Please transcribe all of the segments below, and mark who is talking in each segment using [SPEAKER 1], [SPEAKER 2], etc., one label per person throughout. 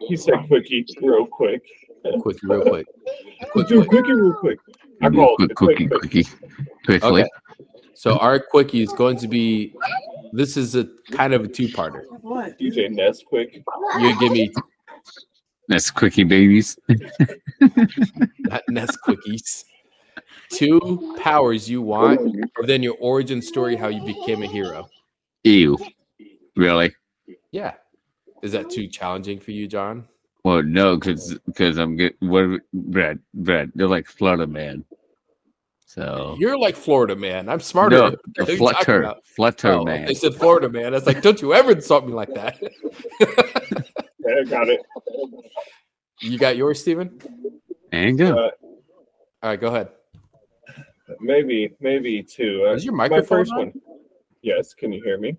[SPEAKER 1] He said quickie real quick.
[SPEAKER 2] Quick, real quick.
[SPEAKER 1] Let's do a quickie real quick. I
[SPEAKER 3] Do
[SPEAKER 1] call it
[SPEAKER 3] quick,
[SPEAKER 1] the
[SPEAKER 3] quickie,
[SPEAKER 1] quick,
[SPEAKER 3] quickie, quickly.
[SPEAKER 2] Okay. So our quickie is going to be. This is a kind of a two-parter.
[SPEAKER 1] DJ Ness quick.
[SPEAKER 2] You give me
[SPEAKER 3] That's quickie, babies.
[SPEAKER 2] not Nest quickies. Two powers you want, and then your origin story, how you became a hero.
[SPEAKER 3] Ew. Really?
[SPEAKER 2] Yeah. Is that too challenging for you, John?
[SPEAKER 3] Well, no, because because I'm good. What, Brad? Brad, they're like Florida man. So
[SPEAKER 2] You're like Florida man. I'm smarter.
[SPEAKER 3] No,
[SPEAKER 2] than
[SPEAKER 3] the
[SPEAKER 2] you talking
[SPEAKER 3] flutter,
[SPEAKER 2] about.
[SPEAKER 3] flutter
[SPEAKER 2] Oh,
[SPEAKER 3] man.
[SPEAKER 2] They said Florida man. I was like, don't you ever insult me like that.
[SPEAKER 1] Yeah, I got it.
[SPEAKER 2] you got yours, Steven?
[SPEAKER 3] And go.
[SPEAKER 1] Uh,
[SPEAKER 2] All right, go ahead.
[SPEAKER 1] maybe, maybe two. Uh,
[SPEAKER 2] Is your
[SPEAKER 1] my
[SPEAKER 2] microphone
[SPEAKER 1] first
[SPEAKER 2] on?
[SPEAKER 1] one. Yes, can you hear me?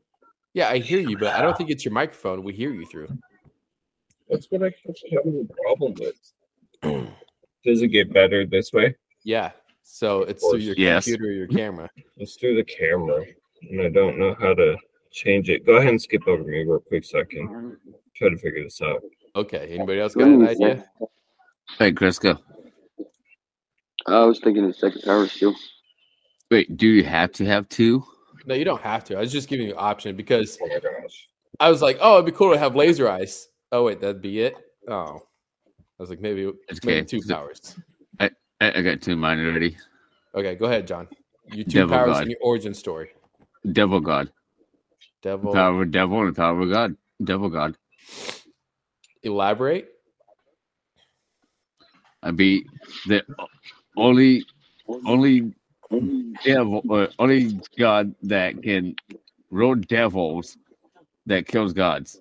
[SPEAKER 2] Yeah, I hear you, but I don't think it's your microphone. We hear you through.
[SPEAKER 1] That's what I keep having a problem with. Does it get better this way?
[SPEAKER 2] Yeah. So it's through your
[SPEAKER 3] Yes.
[SPEAKER 2] computer or your camera.
[SPEAKER 1] It's through the camera, and I don't know how to change it. Go ahead and skip over me real quick so I can try to figure this out.
[SPEAKER 2] Okay. Anybody else got an idea?
[SPEAKER 3] Hey, Chris, go.
[SPEAKER 4] I was thinking the second power still.
[SPEAKER 3] Wait, do you have to have two?
[SPEAKER 2] No, you don't have to. I was just giving you an option because
[SPEAKER 1] Oh my gosh.
[SPEAKER 2] I was like, oh, it'd be cool to have laser eyes. Oh wait, that'd be it. Oh, I was like, maybe,
[SPEAKER 3] It's
[SPEAKER 2] maybe
[SPEAKER 3] okay.
[SPEAKER 2] two
[SPEAKER 3] So-
[SPEAKER 2] powers.
[SPEAKER 3] I, I got two of mine already.
[SPEAKER 2] Okay, go ahead, John. You two
[SPEAKER 3] Devil
[SPEAKER 2] powers
[SPEAKER 3] God.
[SPEAKER 2] and your origin story.
[SPEAKER 3] Devil God,
[SPEAKER 2] Devil,
[SPEAKER 3] power of devil, and power of God. Devil God.
[SPEAKER 2] elaborate.
[SPEAKER 3] I be the only only devil or only God that can rule devils that kills gods.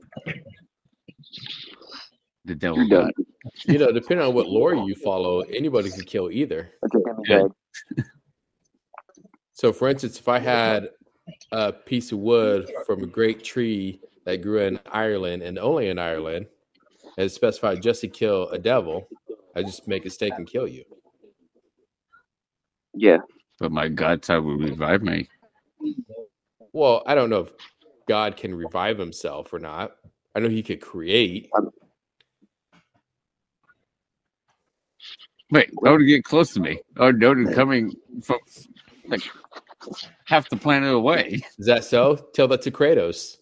[SPEAKER 3] The devil
[SPEAKER 4] You're done.
[SPEAKER 3] god.
[SPEAKER 2] You know, depending on what lore you follow, anybody can kill either.
[SPEAKER 4] I think I'm
[SPEAKER 3] Yeah.
[SPEAKER 4] dead.
[SPEAKER 2] So, for instance, if I had a piece of wood from a great tree that grew in Ireland and only in Ireland, and it specified just to kill a devil, I just make a stake and kill you.
[SPEAKER 4] Yeah.
[SPEAKER 3] But my God side will revive me.
[SPEAKER 2] Well, I don't know if God can revive himself or not. I know he could create.
[SPEAKER 3] Wait, no one to get close to me. Oh no one coming from like half the planet away.
[SPEAKER 2] Is that so? Tell that to Kratos.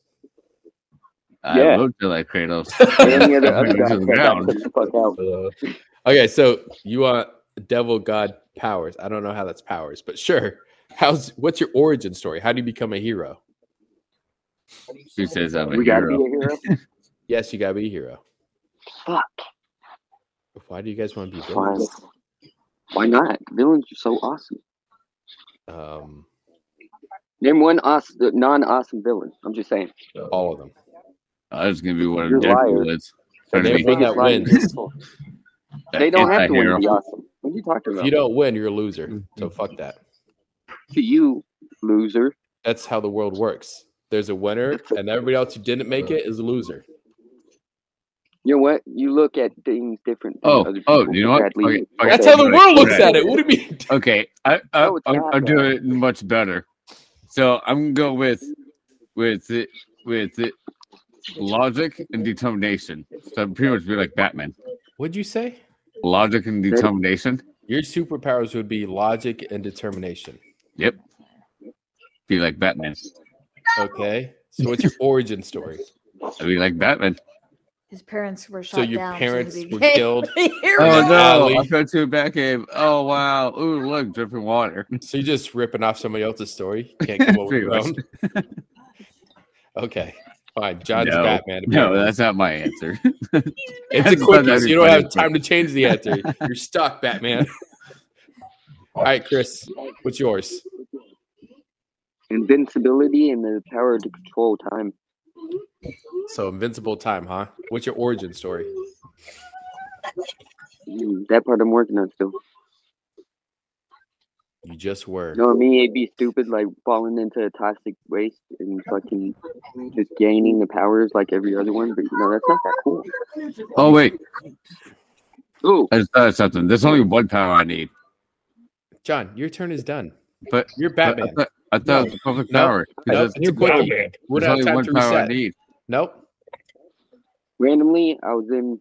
[SPEAKER 3] I
[SPEAKER 4] Yeah.
[SPEAKER 3] will till that Kratos.
[SPEAKER 4] Any other other
[SPEAKER 3] This
[SPEAKER 4] guy
[SPEAKER 3] is
[SPEAKER 4] that got
[SPEAKER 3] ground.
[SPEAKER 4] took the fuck out.
[SPEAKER 1] Uh,
[SPEAKER 2] Okay, so you want devil god powers. I don't know how that's powers, but sure. How's what's your origin story? How do you become a hero?
[SPEAKER 3] Who says I'm a
[SPEAKER 4] We gotta be a
[SPEAKER 3] hero?
[SPEAKER 4] hero.
[SPEAKER 2] Yes, you gotta be a hero.
[SPEAKER 4] Fuck.
[SPEAKER 2] Why do you guys want to be
[SPEAKER 4] Fine.
[SPEAKER 2] villains?
[SPEAKER 4] Why not? Villains are so awesome.
[SPEAKER 2] Um,
[SPEAKER 4] Name one awesome, non-awesome villain. I'm just saying.
[SPEAKER 2] all of them.
[SPEAKER 3] I was gonna be one
[SPEAKER 4] You're
[SPEAKER 3] of Deadpool
[SPEAKER 4] liar.
[SPEAKER 3] was. Trying to
[SPEAKER 2] They're
[SPEAKER 3] be
[SPEAKER 2] One that
[SPEAKER 4] Right.
[SPEAKER 2] wins.
[SPEAKER 3] an
[SPEAKER 4] They don't have to win
[SPEAKER 3] anti-hero.
[SPEAKER 4] to be awesome. What are you talking
[SPEAKER 2] If
[SPEAKER 4] about?
[SPEAKER 2] you don't win, you're a loser. So fuck that.
[SPEAKER 4] to you, loser.
[SPEAKER 2] That's how the world works. There's a winner, and everybody else who didn't make it is a loser.
[SPEAKER 4] You know what? You look at things different than
[SPEAKER 3] Oh,
[SPEAKER 4] other people.
[SPEAKER 3] oh, you know what?
[SPEAKER 4] Bradley,
[SPEAKER 3] Okay, okay.
[SPEAKER 2] That's how the
[SPEAKER 3] Right,
[SPEAKER 2] world looks
[SPEAKER 3] right.
[SPEAKER 2] at it. What do you mean?
[SPEAKER 3] Okay, I, I,
[SPEAKER 4] No, it's
[SPEAKER 3] I'm,
[SPEAKER 4] not
[SPEAKER 3] I'm
[SPEAKER 4] though.
[SPEAKER 3] doing it much better. So I'm gonna go with with it with it logic and determination. So I'm pretty much be like Batman.
[SPEAKER 2] What'd you say?
[SPEAKER 3] Logic and determination.
[SPEAKER 2] Your superpowers would be logic and determination.
[SPEAKER 3] Yep. Be like Batman.
[SPEAKER 2] Okay. So what's your origin story?
[SPEAKER 3] I'd be like Batman.
[SPEAKER 5] His parents were shot
[SPEAKER 2] So your
[SPEAKER 5] down. he
[SPEAKER 2] parents were
[SPEAKER 5] became
[SPEAKER 2] killed.
[SPEAKER 5] a hero.
[SPEAKER 3] Oh no! I
[SPEAKER 2] Alley.
[SPEAKER 3] fell to a back cave. Oh wow! Ooh, look, dripping water.
[SPEAKER 2] So you're just ripping off somebody else's story. Can't come up with your own.
[SPEAKER 3] Pretty
[SPEAKER 2] Okay. Fine. John's
[SPEAKER 3] No.
[SPEAKER 2] Batman.
[SPEAKER 3] No,
[SPEAKER 2] apparently.
[SPEAKER 3] that's not my answer.
[SPEAKER 2] it's a
[SPEAKER 3] that's not
[SPEAKER 2] quickie. So you don't have
[SPEAKER 3] everybody's
[SPEAKER 2] time to change the answer. You're stuck, Batman. All right, Chris. What's yours?
[SPEAKER 4] Invincibility and the power to control time.
[SPEAKER 2] So invincible time, huh? What's your origin story?
[SPEAKER 4] Mm, That part I'm working on still.
[SPEAKER 2] You just were.
[SPEAKER 4] You know what I mean? It'd be stupid, like falling into a toxic waste and fucking just gaining the powers like every other one. But you know, that's not that cool.
[SPEAKER 3] Oh wait,
[SPEAKER 4] Ooh,
[SPEAKER 3] I just thought of something. There's only one power I need.
[SPEAKER 2] John, your turn is done.
[SPEAKER 3] But-
[SPEAKER 2] you're
[SPEAKER 3] But uh,
[SPEAKER 2] Batman.
[SPEAKER 3] I thought, I thought it was a public power.
[SPEAKER 2] No,
[SPEAKER 3] There's-
[SPEAKER 2] and you're
[SPEAKER 1] Wow,
[SPEAKER 2] quickie.
[SPEAKER 1] man.
[SPEAKER 2] We
[SPEAKER 3] there's
[SPEAKER 2] don't have
[SPEAKER 3] only
[SPEAKER 2] time
[SPEAKER 3] one
[SPEAKER 2] to
[SPEAKER 3] power I
[SPEAKER 2] reset.
[SPEAKER 3] need.
[SPEAKER 2] Nope.
[SPEAKER 4] randomly, I was in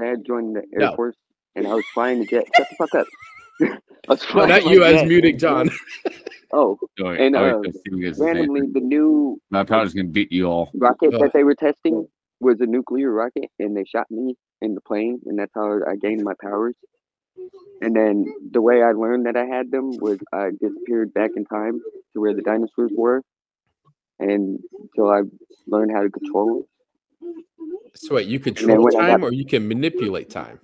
[SPEAKER 4] I had joined the Air
[SPEAKER 2] No.
[SPEAKER 4] Force and I was flying the jet. Shut the fuck up. I was
[SPEAKER 2] Well,
[SPEAKER 4] flying
[SPEAKER 2] not
[SPEAKER 4] my
[SPEAKER 2] you as
[SPEAKER 4] jet.
[SPEAKER 2] muting John.
[SPEAKER 4] Oh,
[SPEAKER 3] Sorry,
[SPEAKER 4] And,
[SPEAKER 3] I was
[SPEAKER 4] uh,
[SPEAKER 3] just thinking it's the same.
[SPEAKER 4] randomly, the new
[SPEAKER 3] My powder's gonna beat you all.
[SPEAKER 4] rocket
[SPEAKER 2] Uh.
[SPEAKER 4] that they were testing was a nuclear rocket, and they shot me in the plane, and that's how I gained my powers. And then the way I learned that I had them was I disappeared back in time to where the dinosaurs were, and so I learned how to control
[SPEAKER 2] So wait, you control
[SPEAKER 4] when I
[SPEAKER 2] time
[SPEAKER 4] got-
[SPEAKER 2] or you can manipulate time.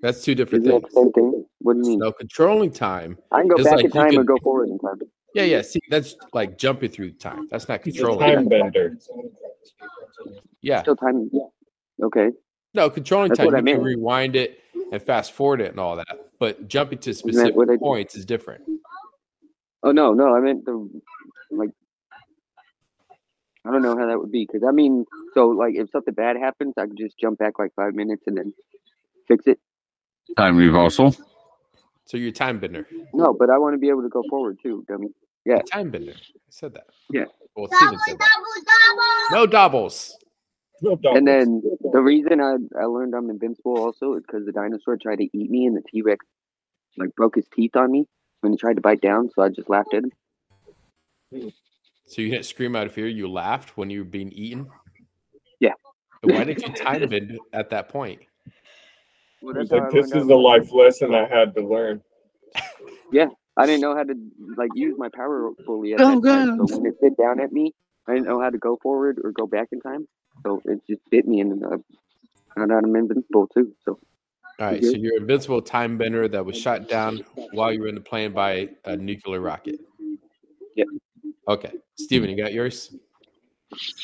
[SPEAKER 2] That's two
[SPEAKER 4] it.
[SPEAKER 2] different
[SPEAKER 4] Isn't that
[SPEAKER 2] things.
[SPEAKER 4] the same thing? What do you mean?
[SPEAKER 2] No, controlling time.
[SPEAKER 4] I can go
[SPEAKER 2] it's
[SPEAKER 4] back
[SPEAKER 2] like
[SPEAKER 4] in
[SPEAKER 2] you
[SPEAKER 4] time or
[SPEAKER 2] can-
[SPEAKER 4] go forward in time.
[SPEAKER 2] Yeah, yeah. See, that's like jumping through time. That's not
[SPEAKER 1] He's a
[SPEAKER 2] controlling.
[SPEAKER 1] time bender.
[SPEAKER 2] Yeah.
[SPEAKER 4] Still time. Okay.
[SPEAKER 2] No, controlling
[SPEAKER 4] That's
[SPEAKER 2] time.
[SPEAKER 4] what I
[SPEAKER 2] You can
[SPEAKER 4] meant.
[SPEAKER 2] rewind it and fast forward it and all that. But jumping to
[SPEAKER 4] that
[SPEAKER 2] specific
[SPEAKER 4] what I did?
[SPEAKER 2] points is different.
[SPEAKER 4] Oh no, no, I meant the like. I don't know how that would be because I mean, so like if something bad happens, I could just jump back like five minutes and then fix it.
[SPEAKER 3] Time reversal.
[SPEAKER 2] So you're a time bender.
[SPEAKER 4] No, but I want to be able to go forward too, dummy. Yeah.
[SPEAKER 2] A time bender. I said that.
[SPEAKER 4] Yeah.
[SPEAKER 2] Well, Steven said that. No doubles.
[SPEAKER 1] No
[SPEAKER 4] And
[SPEAKER 1] doubt.
[SPEAKER 4] then the reason I I learned I'm invincible also is because the dinosaur tried to eat me and the T Rex like broke his teeth on me when he tried to bite down, so I just laughed at him.
[SPEAKER 2] So you didn't scream out of fear. You laughed when you were being eaten.
[SPEAKER 4] Yeah.
[SPEAKER 2] And why did you time bend at that point?
[SPEAKER 4] Well,
[SPEAKER 1] He's
[SPEAKER 4] how
[SPEAKER 1] like,
[SPEAKER 4] I
[SPEAKER 1] this
[SPEAKER 4] learned
[SPEAKER 1] is
[SPEAKER 4] I
[SPEAKER 1] a
[SPEAKER 4] was-
[SPEAKER 1] life lesson I had to learn.
[SPEAKER 4] I didn't know how to like use my power fully at
[SPEAKER 3] Oh,
[SPEAKER 4] that time.
[SPEAKER 3] God.
[SPEAKER 4] So when it bit down at me, I didn't know how to go forward or go back in time. So it just bit me, and uh, found out I'm invincible too. So
[SPEAKER 2] All right, so you're an invincible time bender that was shot down while you were in the plane by a nuclear rocket.
[SPEAKER 4] Yep.
[SPEAKER 2] Okay, Steven, you got yours?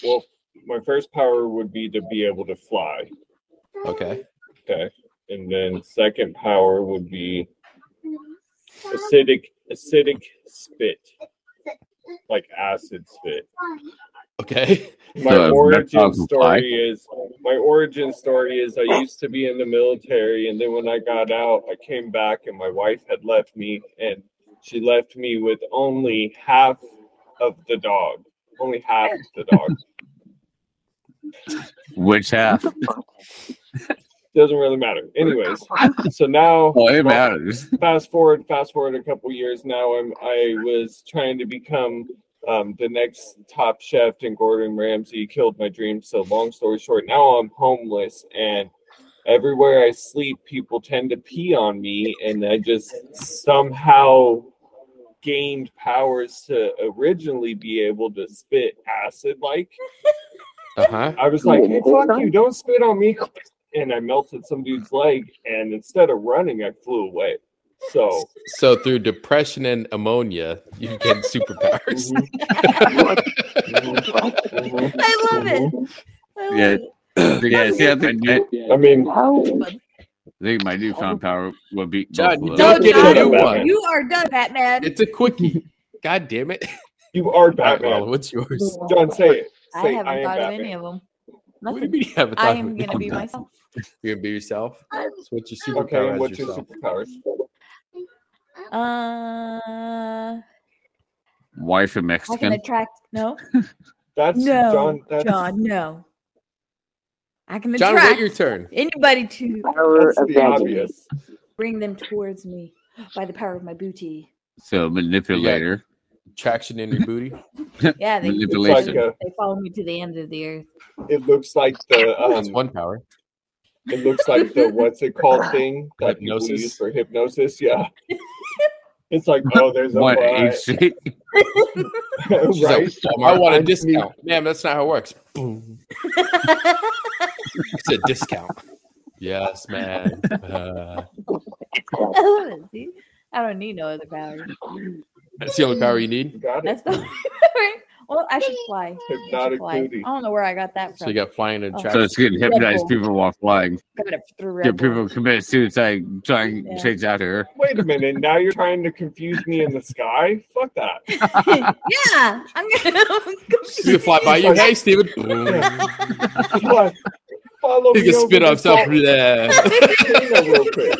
[SPEAKER 1] Well, my first power would be to be able to fly.
[SPEAKER 2] Okay.
[SPEAKER 1] Okay. And then second power would be acidic acidic spit. Like acid spit.
[SPEAKER 2] Okay.
[SPEAKER 1] My
[SPEAKER 3] So,
[SPEAKER 1] origin
[SPEAKER 3] that's why.
[SPEAKER 1] story is my origin story is I used to be in the military and then when I got out I came back and my wife had left me and she left me with only half of the dog. Only half of the dog.
[SPEAKER 3] Which half? Oh,
[SPEAKER 1] Doesn't really matter. Anyways, so now
[SPEAKER 3] Oh, it matters.
[SPEAKER 1] fast forward, fast forward a couple years now. I'm I was trying to become um, the next top chef, and Gordon Ramsay killed my dream. So long story short, now I'm homeless, and everywhere I sleep, people tend to pee on me, and I just somehow gained powers to originally be able to spit acid like.
[SPEAKER 2] Uh huh.
[SPEAKER 1] I was like, hey,
[SPEAKER 4] Hold
[SPEAKER 1] fuck
[SPEAKER 4] on.
[SPEAKER 1] you, don't spit on me. And I melted some dude's leg, and instead of running, I flew away. So,
[SPEAKER 2] So through depression and ammonia, you get superpowers.
[SPEAKER 1] mhm, mhm.
[SPEAKER 5] I love it. I love
[SPEAKER 3] Yeah.
[SPEAKER 5] it.
[SPEAKER 3] yeah, see, I think, I
[SPEAKER 1] I mean,
[SPEAKER 4] how?
[SPEAKER 3] think my newfound power will beat
[SPEAKER 2] John, you
[SPEAKER 3] both of us.
[SPEAKER 5] No,
[SPEAKER 2] don't get
[SPEAKER 5] John,
[SPEAKER 2] a new
[SPEAKER 1] Batman.
[SPEAKER 2] one.
[SPEAKER 5] You are done, Batman.
[SPEAKER 2] It's a quickie. God damn it.
[SPEAKER 1] you are
[SPEAKER 2] All right,
[SPEAKER 1] Batman.
[SPEAKER 2] Roland, what's yours?
[SPEAKER 1] John, say it.
[SPEAKER 5] I
[SPEAKER 1] Say,
[SPEAKER 5] haven't
[SPEAKER 1] I am
[SPEAKER 5] thought of
[SPEAKER 1] Batman.
[SPEAKER 5] any of them.
[SPEAKER 2] What do you
[SPEAKER 5] Nothing.
[SPEAKER 2] mean you haven't
[SPEAKER 5] I
[SPEAKER 2] thought
[SPEAKER 5] am
[SPEAKER 2] of it?
[SPEAKER 5] gonna be
[SPEAKER 3] Nothing.
[SPEAKER 5] myself.
[SPEAKER 2] You're gonna be yourself. So what's your superpower?
[SPEAKER 1] Okay, and
[SPEAKER 2] as
[SPEAKER 1] what's your
[SPEAKER 2] yourself?
[SPEAKER 1] superpowers?
[SPEAKER 5] Uh,
[SPEAKER 3] Wife and
[SPEAKER 5] I can
[SPEAKER 3] Mexican.
[SPEAKER 5] attract. No,
[SPEAKER 1] That's
[SPEAKER 5] no,
[SPEAKER 1] John.
[SPEAKER 5] John.
[SPEAKER 1] That's
[SPEAKER 5] no. I can
[SPEAKER 2] John, wait
[SPEAKER 5] attract
[SPEAKER 2] your turn.
[SPEAKER 5] anybody to
[SPEAKER 4] Power
[SPEAKER 1] that's
[SPEAKER 4] of
[SPEAKER 1] the
[SPEAKER 4] magic.
[SPEAKER 1] obvious.
[SPEAKER 5] bring them towards me by the power of my booty.
[SPEAKER 3] So manipulator.
[SPEAKER 2] Traction in your booty.
[SPEAKER 5] Yeah, they,
[SPEAKER 1] It's like
[SPEAKER 3] Manipulation.
[SPEAKER 1] uh
[SPEAKER 5] they follow me to the end of the earth.
[SPEAKER 1] it looks like the
[SPEAKER 2] That's
[SPEAKER 1] um,
[SPEAKER 2] one power.
[SPEAKER 1] it looks like the what's it called thing that people
[SPEAKER 2] Hypnosis.
[SPEAKER 1] use for hypnosis. Yeah, it's like oh, there's a
[SPEAKER 3] What
[SPEAKER 1] lie.
[SPEAKER 3] age she-
[SPEAKER 2] She's like,
[SPEAKER 1] right?
[SPEAKER 2] I want a
[SPEAKER 1] I just need-
[SPEAKER 2] discount. Ma'am, that's not how it works. Boom. It's a discount. yes, man. Uh,
[SPEAKER 5] I love it, see? I don't need no other power.
[SPEAKER 2] that's the only power you need.
[SPEAKER 1] Got it.
[SPEAKER 5] That's the well. I should fly. I should
[SPEAKER 1] Hypnotic
[SPEAKER 5] fly. I
[SPEAKER 1] booty.
[SPEAKER 5] don't know where I got that
[SPEAKER 2] So
[SPEAKER 5] from.
[SPEAKER 2] you got flying and
[SPEAKER 5] Oh.
[SPEAKER 3] So
[SPEAKER 2] traction.
[SPEAKER 3] it's going to hypnotize people while flying.
[SPEAKER 5] got it through Red
[SPEAKER 3] Get
[SPEAKER 5] Bull.
[SPEAKER 3] people commit suicide trying
[SPEAKER 5] Yeah.
[SPEAKER 3] to chase after her.
[SPEAKER 1] Wait a minute. Now you're trying to confuse me in the sky? Fuck that.
[SPEAKER 5] yeah, I'm gonna.
[SPEAKER 2] You can fly by you. Hey, Steven. Boom.
[SPEAKER 1] Fly- Follow
[SPEAKER 2] He
[SPEAKER 1] me
[SPEAKER 2] can spit
[SPEAKER 1] over
[SPEAKER 2] on
[SPEAKER 1] to
[SPEAKER 2] himself.
[SPEAKER 1] Salt Lake
[SPEAKER 2] Yeah.
[SPEAKER 1] Arena real quick.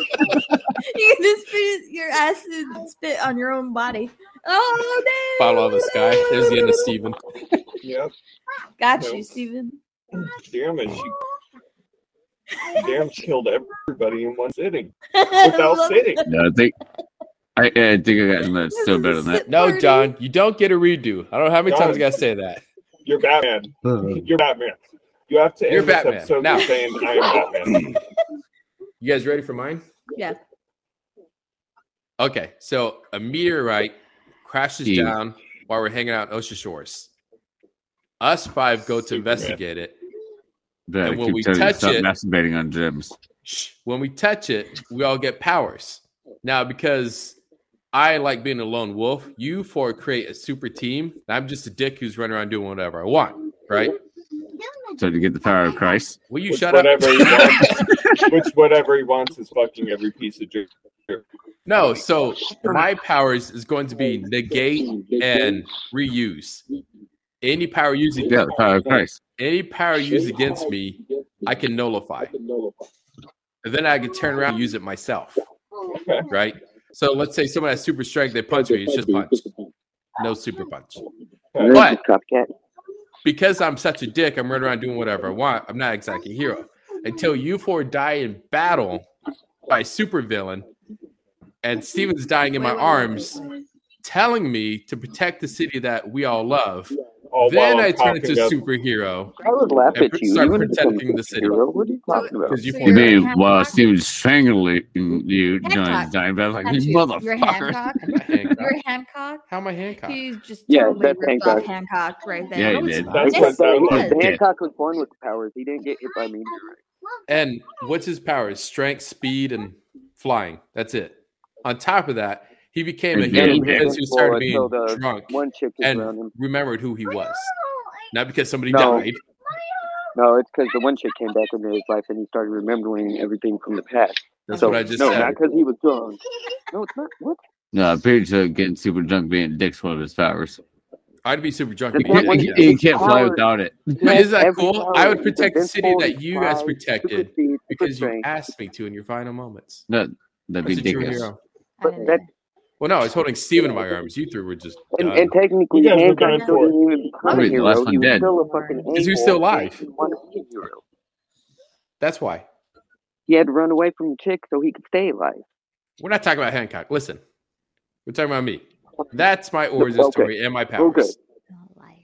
[SPEAKER 5] you can just spit your acid spit on your own body. Oh no!
[SPEAKER 2] Follow the sky. There's the end of Steven.
[SPEAKER 1] Yep.
[SPEAKER 5] Got
[SPEAKER 1] No.
[SPEAKER 5] you, Steven.
[SPEAKER 1] Damn it. She Damn killed everybody in one sitting without
[SPEAKER 5] Love-
[SPEAKER 1] sitting.
[SPEAKER 3] No, I think I, I think I got no, still better than that.
[SPEAKER 2] No,
[SPEAKER 5] Party.
[SPEAKER 2] Don, you don't get a redo. I don't know how many times
[SPEAKER 1] Don.
[SPEAKER 2] I gotta say that.
[SPEAKER 1] You're Batman.
[SPEAKER 4] Mm-hmm.
[SPEAKER 1] You're Batman. You have to end
[SPEAKER 2] You're
[SPEAKER 1] this
[SPEAKER 2] Batman.
[SPEAKER 1] episode
[SPEAKER 2] Now.
[SPEAKER 1] with saying I am Batman.
[SPEAKER 2] You guys ready for mine?
[SPEAKER 5] Yeah.
[SPEAKER 2] Okay, so a meteorite crashes
[SPEAKER 3] Jeez.
[SPEAKER 2] down while we're hanging out in Ocean Shores. Us five go to
[SPEAKER 1] Superman.
[SPEAKER 2] investigate it.
[SPEAKER 3] But I
[SPEAKER 2] And when
[SPEAKER 3] keep
[SPEAKER 2] we
[SPEAKER 3] telling you to
[SPEAKER 2] touch
[SPEAKER 3] stop
[SPEAKER 2] it-
[SPEAKER 3] masturbating on gyms.
[SPEAKER 2] Shh. When we touch it, we all get powers. Now, because I like being a lone wolf, you four create a super team. and I'm just a dick who's running around doing whatever I want, right?
[SPEAKER 3] So to get the power of Christ.
[SPEAKER 2] Will you
[SPEAKER 1] Which
[SPEAKER 2] shut up?
[SPEAKER 1] whatever he wants, which whatever he wants is fucking every piece of jerk.
[SPEAKER 2] No, so my powers is going to be negate and reuse. Any power used against,
[SPEAKER 3] Yeah, the power of Christ.
[SPEAKER 2] any power used against me, I can nullify. And then I can turn around and use it myself,
[SPEAKER 1] Okay.
[SPEAKER 2] right? So let's say someone has super strength, they punch me, it's just punch. No super punch.
[SPEAKER 4] You're
[SPEAKER 2] What?
[SPEAKER 4] just copycat.
[SPEAKER 2] Because I'm such a dick, I'm running around doing whatever I want. I'm not exactly a hero. Until you four die in battle by a supervillain, and Steven's dying in my arms, telling me to protect the city that we all love.
[SPEAKER 1] All
[SPEAKER 2] then
[SPEAKER 1] while
[SPEAKER 2] I
[SPEAKER 1] I'm
[SPEAKER 2] turn
[SPEAKER 1] talking
[SPEAKER 2] into
[SPEAKER 1] up.
[SPEAKER 2] superhero.
[SPEAKER 4] I would laugh
[SPEAKER 2] And
[SPEAKER 4] at you.
[SPEAKER 2] start
[SPEAKER 4] You wouldn't become
[SPEAKER 2] protecting the
[SPEAKER 4] a
[SPEAKER 2] city.
[SPEAKER 4] hero. What are you talking about?
[SPEAKER 2] Because you
[SPEAKER 5] So
[SPEAKER 2] four
[SPEAKER 3] You
[SPEAKER 5] You're
[SPEAKER 2] die.
[SPEAKER 3] mean
[SPEAKER 5] Hancock.
[SPEAKER 3] while Steven's strangling you
[SPEAKER 5] Hancock.
[SPEAKER 3] John's dying, but I was like,
[SPEAKER 5] That's
[SPEAKER 3] you
[SPEAKER 5] you. You're
[SPEAKER 3] motherfucker.
[SPEAKER 5] Hancock.
[SPEAKER 2] I'm not Hancock.
[SPEAKER 5] You're Hancock.
[SPEAKER 2] How am I Hancock?
[SPEAKER 5] He's just
[SPEAKER 4] Yeah,
[SPEAKER 5] totally
[SPEAKER 4] that's
[SPEAKER 5] ripped off Hancock right there.
[SPEAKER 3] Yeah,
[SPEAKER 2] No,
[SPEAKER 3] you
[SPEAKER 2] it's
[SPEAKER 3] did.
[SPEAKER 2] not.
[SPEAKER 1] That's
[SPEAKER 5] Yes,
[SPEAKER 1] what
[SPEAKER 5] it
[SPEAKER 1] that was.
[SPEAKER 5] was.
[SPEAKER 4] The
[SPEAKER 3] Yeah.
[SPEAKER 4] Hancock was born with powers. He didn't get hit by me.
[SPEAKER 2] And what's his powers? Strength, speed, and flying. That's it. On top of that, he became a
[SPEAKER 3] And
[SPEAKER 2] hero
[SPEAKER 3] being
[SPEAKER 2] because he started being
[SPEAKER 4] invincible until the
[SPEAKER 2] drunk
[SPEAKER 4] One chick is around
[SPEAKER 2] and
[SPEAKER 4] him.
[SPEAKER 2] remembered who he was. Not because somebody
[SPEAKER 4] No.
[SPEAKER 2] died.
[SPEAKER 4] No, it's because the one chick came back into his life and he started remembering everything from the past.
[SPEAKER 2] That's
[SPEAKER 4] so
[SPEAKER 2] what I just
[SPEAKER 4] no,
[SPEAKER 2] said.
[SPEAKER 4] not because he was drunk. No, it's not. What?
[SPEAKER 3] No, Peter's uh, getting super drunk being dicks one of his powers.
[SPEAKER 2] I'd be super drunk.
[SPEAKER 4] The
[SPEAKER 2] if he
[SPEAKER 3] He,
[SPEAKER 4] point
[SPEAKER 2] did
[SPEAKER 4] was-
[SPEAKER 2] that.
[SPEAKER 3] he- he can't fly
[SPEAKER 4] Power-
[SPEAKER 3] without it.
[SPEAKER 2] But isn't that
[SPEAKER 4] Every
[SPEAKER 2] cool?
[SPEAKER 4] power
[SPEAKER 2] I would
[SPEAKER 4] is
[SPEAKER 2] protect the city
[SPEAKER 4] invincible,
[SPEAKER 2] that you guys
[SPEAKER 4] flies,
[SPEAKER 2] protected
[SPEAKER 4] super speed, super
[SPEAKER 2] because you
[SPEAKER 4] strength.
[SPEAKER 2] asked me to in your final moments.
[SPEAKER 3] No, that'd be
[SPEAKER 2] That's a true
[SPEAKER 3] ridiculous.
[SPEAKER 2] hero.
[SPEAKER 5] I
[SPEAKER 4] But
[SPEAKER 5] didn't
[SPEAKER 4] that-
[SPEAKER 5] know.
[SPEAKER 2] Well, no, I was holding Steven in my arms. You three were just
[SPEAKER 4] And,
[SPEAKER 2] done.
[SPEAKER 4] and technically,
[SPEAKER 1] You guys were
[SPEAKER 4] Hancock
[SPEAKER 1] done
[SPEAKER 4] didn't
[SPEAKER 1] for.
[SPEAKER 4] even become
[SPEAKER 3] I
[SPEAKER 4] a
[SPEAKER 3] mean, the last
[SPEAKER 4] hero.
[SPEAKER 3] one
[SPEAKER 4] He was
[SPEAKER 3] dead.
[SPEAKER 4] still a fucking a-hole.
[SPEAKER 2] Because he was still alive.
[SPEAKER 4] He wanted to be a hero.
[SPEAKER 2] That's why.
[SPEAKER 4] He had to run away from the chick so he could stay alive.
[SPEAKER 2] We're not talking about Hancock. Listen, we're talking about me. That's my origin
[SPEAKER 4] Okay.
[SPEAKER 2] story and my powers.
[SPEAKER 4] Okay.
[SPEAKER 5] Oh, liar.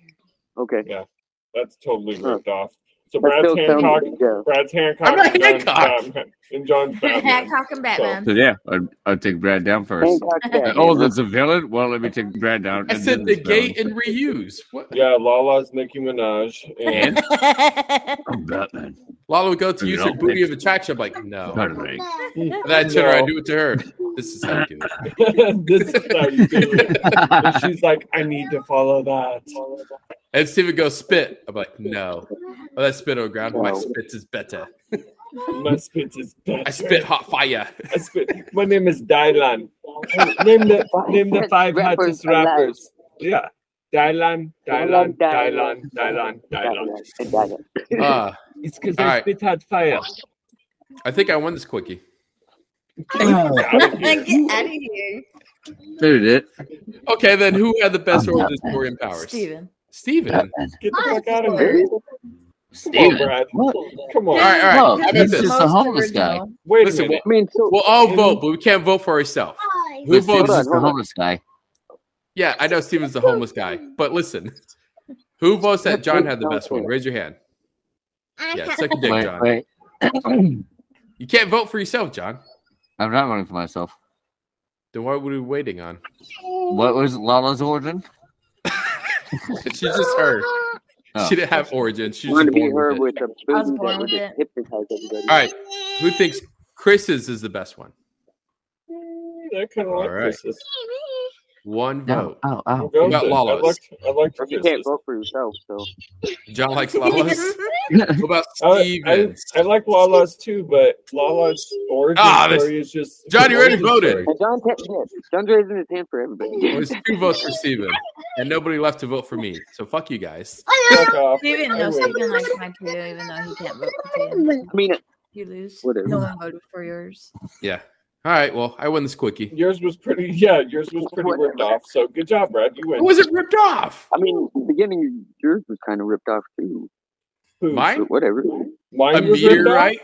[SPEAKER 4] Okay.
[SPEAKER 1] That's totally
[SPEAKER 4] Huh.
[SPEAKER 1] ripped off. So
[SPEAKER 4] That
[SPEAKER 1] Brad's
[SPEAKER 4] still sounds
[SPEAKER 1] Hancock,
[SPEAKER 4] yeah.
[SPEAKER 1] Brad's Hancock,
[SPEAKER 2] I'm not
[SPEAKER 1] and John's
[SPEAKER 2] Hancock.
[SPEAKER 1] Batman, and John's Batman.
[SPEAKER 5] Hancock and Batman.
[SPEAKER 3] So yeah, I'd, I'd take Brad down first.
[SPEAKER 4] Hancock
[SPEAKER 3] Uh,
[SPEAKER 4] Batman.
[SPEAKER 3] Oh, there's a villain. Well, let me take Brad down.
[SPEAKER 2] I
[SPEAKER 3] and
[SPEAKER 2] said
[SPEAKER 3] then
[SPEAKER 2] the
[SPEAKER 3] this
[SPEAKER 2] gate and reuse. What?
[SPEAKER 1] Yeah, Lala's Nicki Minaj, and
[SPEAKER 3] villain. And Batman.
[SPEAKER 2] Lala would go to
[SPEAKER 3] You
[SPEAKER 2] use
[SPEAKER 3] know,
[SPEAKER 2] her booty of
[SPEAKER 3] it's-
[SPEAKER 2] attraction. I'm like, no.
[SPEAKER 3] Got it right.
[SPEAKER 2] And I turn
[SPEAKER 1] No.
[SPEAKER 2] around and do it to her. This is how you do it.
[SPEAKER 1] this is how you do it. And she's like, I need to follow that.
[SPEAKER 2] And Steven goes, spit. I'm like, no. Oh, that spit on the ground. My
[SPEAKER 4] No.
[SPEAKER 2] spit is better.
[SPEAKER 1] My spit is better.
[SPEAKER 2] I spit hot fire.
[SPEAKER 1] I spit. My name is Dylan. name the name the five
[SPEAKER 4] Rappers
[SPEAKER 1] hottest rappers. Yeah, Dylan, Dylan,
[SPEAKER 4] Dylan,
[SPEAKER 1] Dylan,
[SPEAKER 4] Dylan.
[SPEAKER 1] Dylan, Dylan.
[SPEAKER 4] And Batman.
[SPEAKER 2] Uh,
[SPEAKER 1] It's because
[SPEAKER 2] All
[SPEAKER 1] I
[SPEAKER 2] right.
[SPEAKER 1] spit hot fire.
[SPEAKER 2] I think I won this quickie.
[SPEAKER 1] Out of here.
[SPEAKER 5] Get out of here.
[SPEAKER 3] There it is.
[SPEAKER 2] Okay, then who had the best
[SPEAKER 3] I'm
[SPEAKER 2] origin story and powers?
[SPEAKER 5] Steven.
[SPEAKER 2] Steven.
[SPEAKER 1] Get the fuck out of here. Come on,
[SPEAKER 3] Steven.
[SPEAKER 1] Brad.
[SPEAKER 3] What?
[SPEAKER 1] Come on.
[SPEAKER 2] All right, all right.
[SPEAKER 3] No,
[SPEAKER 5] That
[SPEAKER 2] This
[SPEAKER 5] is
[SPEAKER 2] is
[SPEAKER 5] the
[SPEAKER 3] just a
[SPEAKER 5] most
[SPEAKER 3] homeless guy.
[SPEAKER 5] original.
[SPEAKER 1] Wait a
[SPEAKER 2] Listen,
[SPEAKER 1] minute.
[SPEAKER 4] I mean, so
[SPEAKER 2] We'll all vote, but we can't vote for ourselves. Who
[SPEAKER 3] But Steven's
[SPEAKER 2] votes?
[SPEAKER 4] on,
[SPEAKER 3] just a
[SPEAKER 4] hold on.
[SPEAKER 3] homeless guy.
[SPEAKER 2] Yeah, I know Steven's the homeless guy, but listen, who votes that John had the best one? Raise your hand. Yeah, suck your dick,
[SPEAKER 3] Wait,
[SPEAKER 2] John.
[SPEAKER 3] wait. I'm
[SPEAKER 2] You can't vote for yourself, John.
[SPEAKER 3] not running for myself.
[SPEAKER 2] Then what were we waiting on?
[SPEAKER 3] What was Lala's origin?
[SPEAKER 2] She just heard.
[SPEAKER 3] Oh.
[SPEAKER 2] She didn't have origin. She
[SPEAKER 4] I
[SPEAKER 2] was
[SPEAKER 4] wanted
[SPEAKER 2] just
[SPEAKER 4] to be
[SPEAKER 2] born
[SPEAKER 4] her
[SPEAKER 2] with it.
[SPEAKER 4] with a
[SPEAKER 5] I was
[SPEAKER 4] booty
[SPEAKER 5] born
[SPEAKER 4] that would
[SPEAKER 5] with
[SPEAKER 4] just
[SPEAKER 5] it.
[SPEAKER 4] hypnotize everybody.
[SPEAKER 2] All right, who thinks Chris's is the best one?
[SPEAKER 1] I kind of
[SPEAKER 2] All
[SPEAKER 1] like
[SPEAKER 2] right.
[SPEAKER 1] this. This-
[SPEAKER 2] One
[SPEAKER 3] No.
[SPEAKER 2] vote.
[SPEAKER 3] Oh,
[SPEAKER 1] We'll
[SPEAKER 3] oh.
[SPEAKER 1] go
[SPEAKER 2] What about
[SPEAKER 1] with it.
[SPEAKER 2] Lala's?
[SPEAKER 1] I like I
[SPEAKER 4] But
[SPEAKER 1] like
[SPEAKER 4] you
[SPEAKER 1] this.
[SPEAKER 4] can't vote for yourself, so
[SPEAKER 2] John likes Lala's. What about
[SPEAKER 1] I, I,
[SPEAKER 2] Steven's?
[SPEAKER 1] I like Lala's too, but Lala's origin
[SPEAKER 2] Ah, this-
[SPEAKER 1] story is just
[SPEAKER 2] John, you already
[SPEAKER 1] origin
[SPEAKER 2] voted.
[SPEAKER 1] story.
[SPEAKER 4] and John T- yeah, John's raising his hand for everybody.
[SPEAKER 2] There's two votes for Steven, and nobody left to vote for me. So fuck you guys.
[SPEAKER 1] Fuck off.
[SPEAKER 5] Steven,
[SPEAKER 1] I
[SPEAKER 5] no,
[SPEAKER 1] win.
[SPEAKER 5] Steven likes mine too, even though he can't vote for Tatum.
[SPEAKER 4] I mean,
[SPEAKER 5] You lose.
[SPEAKER 4] Whatever.
[SPEAKER 5] No one voted for yours.
[SPEAKER 2] Yeah. All right. Well, I won this quickie.
[SPEAKER 1] Yours was pretty. Yeah, yours was pretty
[SPEAKER 4] Whatever.
[SPEAKER 1] ripped off. So good job, Brad. You
[SPEAKER 2] I
[SPEAKER 1] win.
[SPEAKER 2] wasn't Oh, ripped off.
[SPEAKER 4] I mean, the beginning yours was kind of ripped off too,
[SPEAKER 1] Who?
[SPEAKER 2] Mine?
[SPEAKER 4] but whatever.
[SPEAKER 1] Mine
[SPEAKER 2] A
[SPEAKER 1] was ripped off?
[SPEAKER 2] meteorite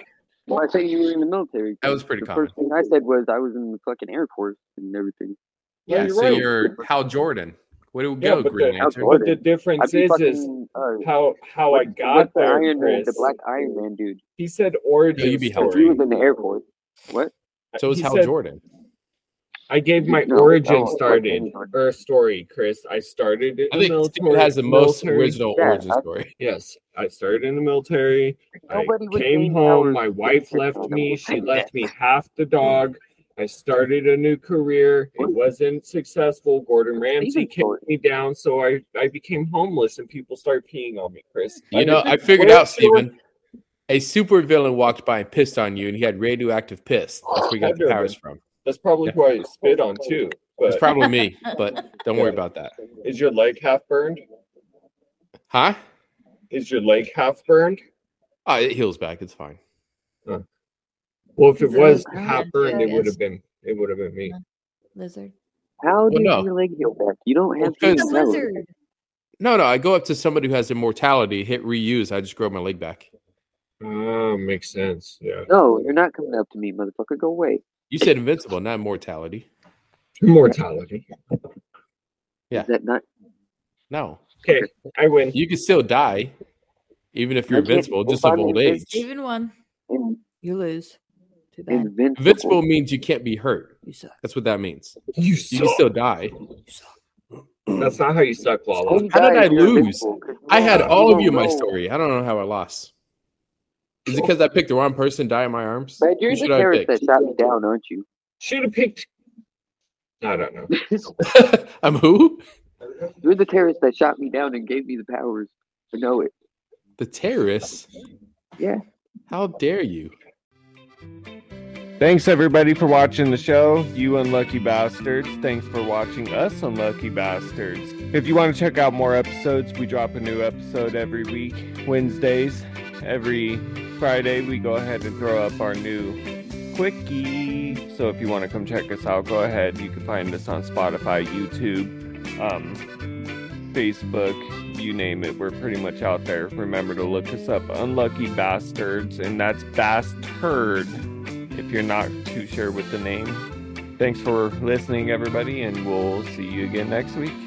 [SPEAKER 4] Well, I said you were in the military.
[SPEAKER 2] That was pretty
[SPEAKER 4] the
[SPEAKER 2] common.
[SPEAKER 4] first thing I said was I was in the fucking Air Force and everything.
[SPEAKER 1] No,
[SPEAKER 2] Yeah,
[SPEAKER 1] you're
[SPEAKER 2] so
[SPEAKER 1] right.
[SPEAKER 2] you're Hal Jordan. Where do we
[SPEAKER 1] Yeah,
[SPEAKER 2] go,
[SPEAKER 1] but
[SPEAKER 2] Green
[SPEAKER 1] the-
[SPEAKER 2] Lantern?
[SPEAKER 4] Hal
[SPEAKER 1] But the difference
[SPEAKER 4] I'd be
[SPEAKER 1] is,
[SPEAKER 4] fucking,
[SPEAKER 1] is
[SPEAKER 4] uh,
[SPEAKER 1] how how I
[SPEAKER 4] what's-
[SPEAKER 1] got
[SPEAKER 4] what's the
[SPEAKER 1] there.
[SPEAKER 4] Iron Man, the
[SPEAKER 1] Chris.
[SPEAKER 4] Black Iron Man dude.
[SPEAKER 1] He said origin
[SPEAKER 2] No, you be Hal
[SPEAKER 1] story.
[SPEAKER 4] He was in the Air Force. What?
[SPEAKER 2] so is
[SPEAKER 1] He
[SPEAKER 2] Hal
[SPEAKER 1] said,
[SPEAKER 2] Jordan.
[SPEAKER 1] I gave my
[SPEAKER 4] No, that
[SPEAKER 1] origin
[SPEAKER 4] was-
[SPEAKER 1] started or story, Chris. I started in
[SPEAKER 2] I
[SPEAKER 1] the
[SPEAKER 2] think
[SPEAKER 1] military.
[SPEAKER 2] Steven has the most
[SPEAKER 1] military-
[SPEAKER 2] original
[SPEAKER 4] Yeah,
[SPEAKER 2] origin
[SPEAKER 4] I-
[SPEAKER 2] story.
[SPEAKER 1] Yes, I started in the military.
[SPEAKER 4] Nobody
[SPEAKER 1] I
[SPEAKER 4] would
[SPEAKER 1] came
[SPEAKER 4] gain
[SPEAKER 1] home.
[SPEAKER 4] hours
[SPEAKER 1] My
[SPEAKER 4] to get
[SPEAKER 1] wife
[SPEAKER 4] shit
[SPEAKER 1] left
[SPEAKER 4] done.
[SPEAKER 1] me. She
[SPEAKER 4] Take
[SPEAKER 1] left me half the dog. I started a new career. It wasn't successful. Gordon Ramsay
[SPEAKER 4] Steven's
[SPEAKER 1] kicked
[SPEAKER 4] story.
[SPEAKER 1] me down, so I, I became homeless, and people started peeing on me, Chris.
[SPEAKER 2] You know, I figured out, Steven. A supervillain walked by and pissed on you, and he had radioactive piss. That's where we got the
[SPEAKER 1] Wonder
[SPEAKER 2] powers
[SPEAKER 1] Woman.
[SPEAKER 2] from.
[SPEAKER 1] That's probably who I spit on too.
[SPEAKER 2] It's
[SPEAKER 1] But
[SPEAKER 2] probably me, but don't worry about that.
[SPEAKER 1] is your leg half burned?
[SPEAKER 2] Huh?
[SPEAKER 1] Is your leg half burned?
[SPEAKER 2] Oh, it heals back. It's fine.
[SPEAKER 1] Well, if it
[SPEAKER 5] Yeah,
[SPEAKER 1] was
[SPEAKER 5] I
[SPEAKER 1] half
[SPEAKER 5] guess,
[SPEAKER 1] burned, it
[SPEAKER 5] yeah.
[SPEAKER 1] would have been it would have been me.
[SPEAKER 5] Lizard.
[SPEAKER 4] How did
[SPEAKER 2] Oh, no.
[SPEAKER 4] your leg heal back? You don't have
[SPEAKER 2] Because-
[SPEAKER 5] He's
[SPEAKER 4] any
[SPEAKER 5] a
[SPEAKER 4] powers.
[SPEAKER 5] wizard.
[SPEAKER 2] No, no. I go up to somebody who has immortality, hit reuse. I just grow my leg back.
[SPEAKER 1] Oh, makes sense. Yeah.
[SPEAKER 4] No, you're not coming up to me, motherfucker. Go away.
[SPEAKER 2] You said invincible, not immortality.
[SPEAKER 1] Immortality.
[SPEAKER 2] Yeah.
[SPEAKER 4] Is that not?
[SPEAKER 2] No,
[SPEAKER 1] Okay, I win.
[SPEAKER 2] you can still die, even if you're
[SPEAKER 4] I can't-
[SPEAKER 2] invincible, just
[SPEAKER 4] if
[SPEAKER 2] of
[SPEAKER 4] I'm
[SPEAKER 2] old age.
[SPEAKER 4] invinci-
[SPEAKER 5] Even one.
[SPEAKER 4] In,
[SPEAKER 5] You lose. Too bad.
[SPEAKER 4] invincible.
[SPEAKER 2] Invincible means you can't be hurt.
[SPEAKER 5] You suck.
[SPEAKER 2] That's what that means.
[SPEAKER 1] You
[SPEAKER 2] You can
[SPEAKER 1] suck.
[SPEAKER 2] still die.
[SPEAKER 1] That's not how you suck,
[SPEAKER 4] When
[SPEAKER 1] Lala.
[SPEAKER 4] you
[SPEAKER 2] How did
[SPEAKER 4] die,
[SPEAKER 2] I
[SPEAKER 4] you're
[SPEAKER 2] lose?
[SPEAKER 4] invincible, 'cause
[SPEAKER 2] I had
[SPEAKER 4] don't-
[SPEAKER 2] all of
[SPEAKER 4] don't
[SPEAKER 2] you in my
[SPEAKER 4] know.
[SPEAKER 2] story. I don't know how I lost. Is it because I picked the wrong person? Die in my arms?
[SPEAKER 4] Brad, you're
[SPEAKER 2] Who
[SPEAKER 4] the
[SPEAKER 2] should I
[SPEAKER 4] terrorist
[SPEAKER 2] pick?
[SPEAKER 4] that shot me down, aren't you?
[SPEAKER 1] Should have picked. I don't know.
[SPEAKER 2] I'm who?
[SPEAKER 4] You're the terrorist that shot me down and gave me the powers to know it.
[SPEAKER 2] The terrorists.
[SPEAKER 4] Yeah.
[SPEAKER 2] How dare you?
[SPEAKER 6] Thanks everybody for watching the show, you unlucky bastards. Thanks for watching us, unlucky bastards. If you want to check out more episodes, we drop a new episode every week, Wednesdays. Every Friday, we go ahead and throw up our new quickie. So if you want to come check us out, go ahead. You can find us on Spotify, YouTube, um, Facebook, you name it. We're pretty much out there. Remember to look us up, unlucky bastards, and that's bastard if you're not too sure with the name. Thanks for listening, everybody, and we'll see you again next week.